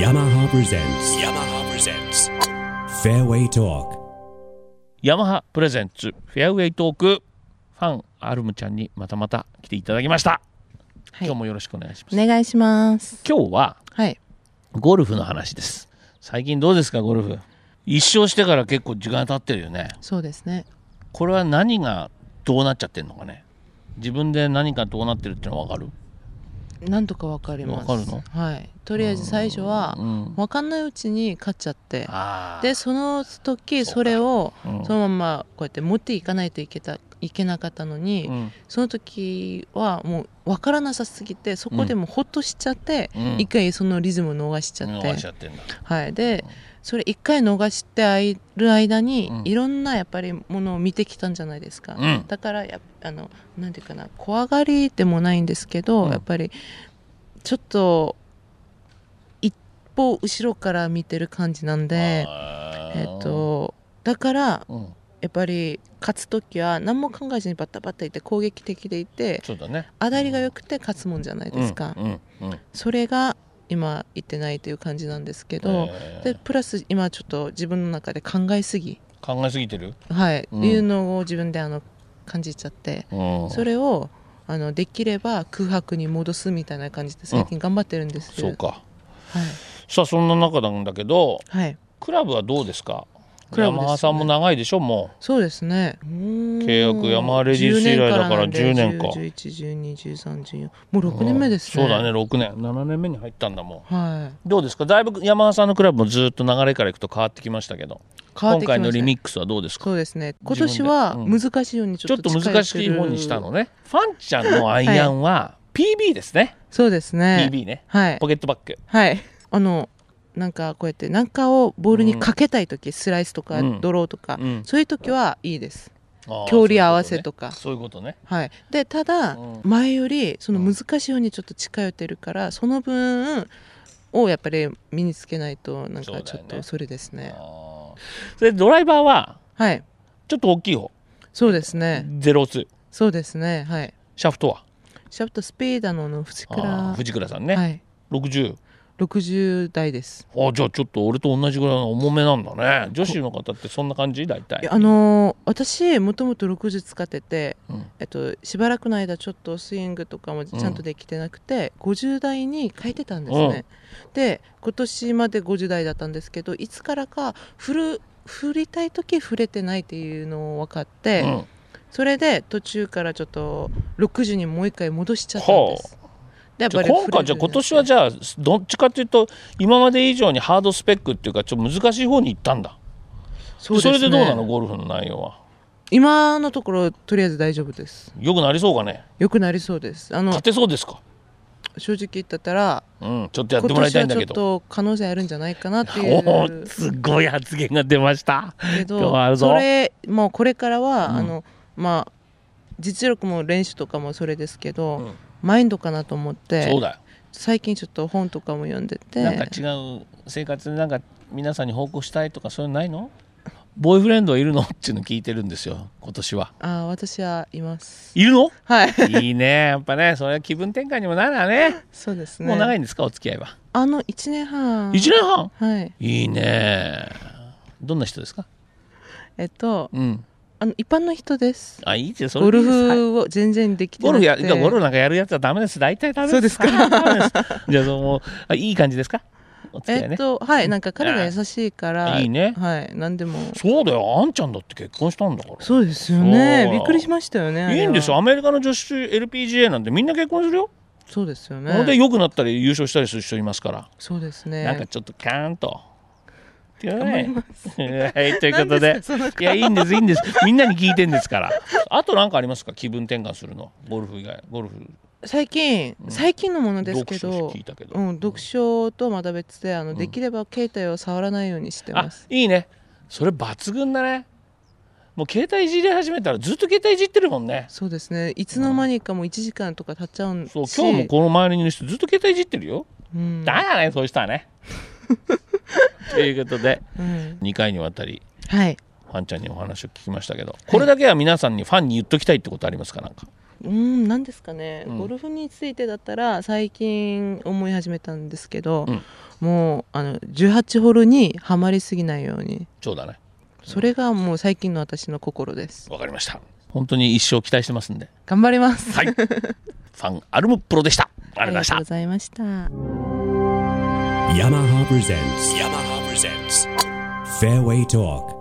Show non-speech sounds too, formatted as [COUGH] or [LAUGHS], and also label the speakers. Speaker 1: yamaha presents yamaha presents fairway talk
Speaker 2: ヤマハプレゼンツフェアウェイトークファンアルムちゃんにまたまた来ていただきました、
Speaker 3: はい
Speaker 2: 今日もよろしくお願いします
Speaker 3: お願いします。
Speaker 2: 今日は
Speaker 3: はい。
Speaker 2: ゴルフの話です最近どうですかゴルフ一勝してから結構時間経ってるよね
Speaker 3: そうですね。
Speaker 2: これは何がどうなっちゃってんのかね自分で何かどうなってるってのは分かる
Speaker 3: なんとかわかります。
Speaker 2: わかるの
Speaker 3: はい。とりあえず最初は
Speaker 2: う、ん
Speaker 3: わかんないうちに勝っちゃって、
Speaker 2: あ
Speaker 3: で、その時、それを、
Speaker 2: あ、うん
Speaker 3: そのままこうやって持っていかないといけた、いけなかったのに、
Speaker 2: うん
Speaker 3: その時はもうわからなさすぎて、そこでもうほっとしちゃって、
Speaker 2: うん
Speaker 3: 一回そのリズムを逃しちゃって、
Speaker 2: 逃しちゃってんだ
Speaker 3: はい。で、それ一回逃してあいる間に、
Speaker 2: うん
Speaker 3: いろんなやっぱりものを見てきたんじゃないですか。
Speaker 2: うん
Speaker 3: だからやあのなんていうかな怖がりでもないんですけど、
Speaker 2: うん
Speaker 3: やっぱりちょっと一歩後ろから見てる感じなんで、
Speaker 2: あー
Speaker 3: えっとだから
Speaker 2: うん
Speaker 3: やっぱり勝つ時は何も考えずにバッタバッタいって攻撃的でいて
Speaker 2: そうだね
Speaker 3: 当たりが良くて勝つもんじゃないですか、
Speaker 2: うんうんうん
Speaker 3: それが今いってないという感じなんですけど、
Speaker 2: えー
Speaker 3: でプラス今ちょっと自分の中で考えすぎ
Speaker 2: 考えすぎてる、
Speaker 3: はい、
Speaker 2: うん
Speaker 3: いうのを自分であの感じちゃって
Speaker 2: うん
Speaker 3: それをあのできれば空白に戻すみたいな感じで最近頑張ってるんですけど、
Speaker 2: そうか
Speaker 3: はい、
Speaker 2: さあそんな中なんだけど
Speaker 3: はい、
Speaker 2: クラブはどうですか
Speaker 3: クラブですね
Speaker 2: ヤマハさんも長いでしょも
Speaker 3: そうですね契
Speaker 2: 契約ヤマハレディース以来だから10年か
Speaker 3: 11121314もう
Speaker 2: う
Speaker 3: 6年目ですね、
Speaker 2: そうだね6年7年目に入ったんだもん
Speaker 3: は
Speaker 2: どうですかだいぶヤマハさんのクラブもずっと流れからいくと変わってきましたけど
Speaker 3: い変わって
Speaker 2: 今
Speaker 3: き
Speaker 2: 回
Speaker 3: ました
Speaker 2: のリミックスはどうですか
Speaker 3: そうですね今年は
Speaker 2: 自分で
Speaker 3: 難しいようにち
Speaker 2: ち
Speaker 3: ょ
Speaker 2: ょ
Speaker 3: っ
Speaker 2: っ
Speaker 3: と
Speaker 2: と
Speaker 3: 近
Speaker 2: 難
Speaker 3: づけ
Speaker 2: し
Speaker 3: る
Speaker 2: い方にしたのねファンちゃんのアイアンは PB ですね、
Speaker 3: そうですね
Speaker 2: PB ね
Speaker 3: はい
Speaker 2: ポケットバッグ
Speaker 3: はい、あのなんかこうやってなんかをボールにかけたい時、スライスとか
Speaker 2: うん
Speaker 3: ドローとか、
Speaker 2: うん
Speaker 3: そういう時はいいです
Speaker 2: あー
Speaker 3: 距離合わせとか
Speaker 2: そういうことね
Speaker 3: はいでただ、
Speaker 2: うん
Speaker 3: 前よりその難しいようにちょっと近寄ってるからその分をやっぱり身につけないとなん
Speaker 2: そうだよ
Speaker 3: か
Speaker 2: ね
Speaker 3: ちょっとそれですね
Speaker 2: そういうことねあーそれでドライバーは
Speaker 3: はい
Speaker 2: ちょっと大きい方
Speaker 3: そうですね
Speaker 2: 02
Speaker 3: そうですねはい
Speaker 2: シャフトは
Speaker 3: シャフトスピーダーの藤
Speaker 2: あー
Speaker 3: 倉、
Speaker 2: 藤倉さんね、
Speaker 3: はい
Speaker 2: 60
Speaker 3: 60代です
Speaker 2: あじゃあちょっと俺と同じぐらいの重めなんだね女子の方ってそんな感じ大
Speaker 3: い
Speaker 2: 体
Speaker 3: やあのー私もともと60使ってて、
Speaker 2: うん
Speaker 3: えっと、しばらくの間ちょっとスイングとかもちゃんとできてなくて、50代に変えてたんですね、で今年まで50代だったんですけどいつからか振る振りたい時振れてないっていうのを分かって、
Speaker 2: うん
Speaker 3: それで途中からちょっと60にもう一回戻しちゃったんです、でやっ
Speaker 2: じゃあ
Speaker 3: ぱり
Speaker 2: 今
Speaker 3: 振れるよう
Speaker 2: 回
Speaker 3: に
Speaker 2: じゃあ
Speaker 3: なって
Speaker 2: 今年はじゃあどっちかというと今まで以上にハードスペックっていうかちょっと難しい方に行ったんだ
Speaker 3: そ
Speaker 2: そ,、
Speaker 3: すね
Speaker 2: れでどうなのゴルフの内容は
Speaker 3: 今のところとりあえず大丈夫です
Speaker 2: よくなりそうかね
Speaker 3: よくなりそうですあの
Speaker 2: 勝てそうですか
Speaker 3: 正直言ったったら
Speaker 2: うんちょっとやってもらいたいんだけ
Speaker 3: 今年
Speaker 2: ど
Speaker 3: はちょっと可能性あるんじゃないかなってい
Speaker 2: お
Speaker 3: う
Speaker 2: おすごい発言が出ました
Speaker 3: け
Speaker 2: 今日はあるぞ
Speaker 3: どそれもうこれからは、
Speaker 2: うん
Speaker 3: あのまあ実力も練習とかもそれですけど、
Speaker 2: うん
Speaker 3: マインドかなと思って
Speaker 2: そうだよ
Speaker 3: 最近ちょっと本とかも読んでて
Speaker 2: なんか違う生活でなんか皆さんに報告したいとかそういうのないのボーイフレンドはいるのっていうの聞いてるんですよ今年は
Speaker 3: あ私はいます
Speaker 2: いるの
Speaker 3: はい [LAUGHS]
Speaker 2: [LAUGHS] いいねやっぱねそれは気分転換にもなるわね
Speaker 3: そうですね
Speaker 2: もう長いんですかお付き合いは
Speaker 3: あの1年
Speaker 2: 1
Speaker 3: 半
Speaker 2: 年半
Speaker 3: はい
Speaker 2: いいねどんな人ですか
Speaker 3: えっと
Speaker 2: うん
Speaker 3: あの一般の人です
Speaker 2: あいいですよそ
Speaker 3: ゴ
Speaker 2: れでい
Speaker 3: ル
Speaker 2: いですはい
Speaker 3: フを全然できて
Speaker 2: ゴ
Speaker 3: な
Speaker 2: ル
Speaker 3: く
Speaker 2: フ
Speaker 3: て
Speaker 2: やいやゴルフなんかやるやつはダメです大体ダメです
Speaker 3: そうですか
Speaker 2: はいダメですじ [LAUGHS] ゃあそのもうあいい感じですかお付き合いね、
Speaker 3: えっとはいなんか彼が優しいから
Speaker 2: いいね
Speaker 3: はい何でも
Speaker 2: そうだよあんちゃんだって結婚したんだから
Speaker 3: そうですよね
Speaker 2: そう
Speaker 3: びっくりしましたよねあれ
Speaker 2: い
Speaker 3: はい
Speaker 2: んですよアメリカの女子 LPGA なんてみんな結婚するよ
Speaker 3: そうですよ
Speaker 2: ほんで
Speaker 3: ね
Speaker 2: 良くなったり優勝したりする人いますから、
Speaker 3: そうです
Speaker 2: なんか
Speaker 3: ね
Speaker 2: ちょっとキャーンと。っていうね
Speaker 3: 頑張りま
Speaker 2: [LAUGHS] はい、ということ
Speaker 3: なん
Speaker 2: で
Speaker 3: ですかその。
Speaker 2: いや、いいんです、いいんです。みんなに聞いてんですから。あと何かありますか気分転換するの。ゴルフ以外、ゴルフ。
Speaker 3: 最近最近のものですけ
Speaker 2: 読
Speaker 3: ど
Speaker 2: 書聞いたけど
Speaker 3: うん読書とまた別であのできれば携帯を触らないようにして
Speaker 2: あ
Speaker 3: ます、
Speaker 2: いいね。それ抜群だね。もう携帯いじり始めたらずっと携帯いじってるもんね。
Speaker 3: そうですねいつの間にかもう1時間とか経っちゃうんし
Speaker 2: そう、今日もこの周りにいる人ずっと携帯いじってるよ。
Speaker 3: うん
Speaker 2: だからね、そういう人はね。ということで、
Speaker 3: うん
Speaker 2: 2回にわたり、
Speaker 3: はい
Speaker 2: ファンちゃんにお話を聞きましたけど、これだけは皆さんにファンに言っときたいってことありますかなんか。
Speaker 3: うーん何ですかね、
Speaker 2: うん
Speaker 3: ゴルフについてだったら最近思い始めたんですけど、
Speaker 2: うん
Speaker 3: もうあの18ホールにはまりすぎないように
Speaker 2: そうだね。
Speaker 3: それがもう最近の私の心です
Speaker 2: わかりました。本当に一生期待してますんで。
Speaker 3: 頑張ります、 [LAUGHS]
Speaker 2: はい。ファンアルムプロでした。あ
Speaker 3: あ
Speaker 2: り
Speaker 3: り
Speaker 2: がとうございま
Speaker 3: が
Speaker 2: し
Speaker 3: とう
Speaker 2: た
Speaker 3: ご。ざいました
Speaker 1: Yamaha presents. Yamaha presents. Fairway Talk.